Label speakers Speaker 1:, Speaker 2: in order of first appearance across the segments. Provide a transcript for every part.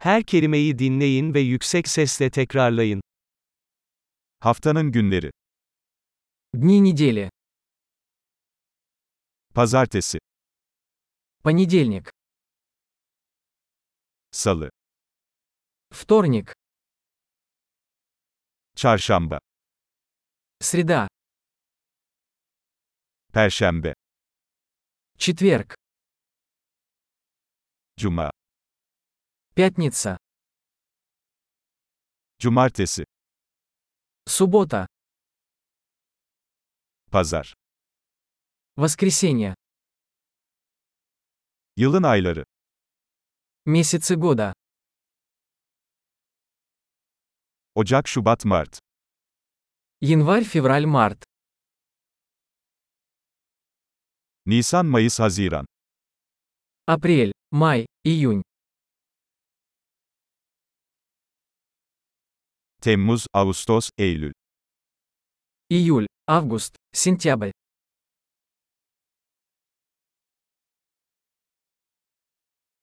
Speaker 1: Her kelimeyi dinleyin ve yüksek sesle tekrarlayın.
Speaker 2: Haftanın günleri.
Speaker 3: Дни недели.
Speaker 2: Pazartesi,
Speaker 3: Понедельник.
Speaker 2: salı,
Speaker 3: Вторник.
Speaker 2: çarşamba,
Speaker 3: Среда.
Speaker 2: perşembe,
Speaker 3: Четверг.
Speaker 2: cuma,
Speaker 3: Пятница.
Speaker 2: cumartesi,
Speaker 3: Суббота.
Speaker 2: pazar.
Speaker 3: Воскресенье.
Speaker 2: Yılın ayları.
Speaker 3: Месяцы года.
Speaker 2: Ocak, Şubat, Mart.
Speaker 3: Январь, февраль, март.
Speaker 2: Nisan, Mayıs, Haziran.
Speaker 3: Апрель, май, июнь.
Speaker 2: Temmuz, Ağustos, Eylül.
Speaker 3: Июль, август, сентябрь.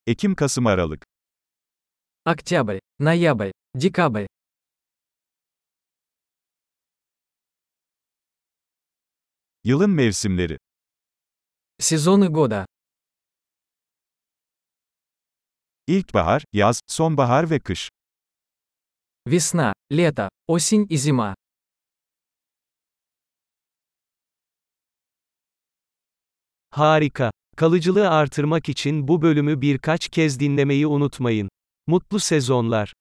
Speaker 2: Ekim, Kasım, Aralık.
Speaker 3: Октябрь, ноябрь, декабрь.
Speaker 2: Yılın mevsimleri.
Speaker 3: Сезоны года.
Speaker 2: İlkbahar, yaz, sonbahar ve kış.
Speaker 3: Весна, лето, осень и зима.
Speaker 1: Harika. Kalıcılığı artırmak için bu bölümü birkaç kez dinlemeyi unutmayın. Mutlu sezonlar.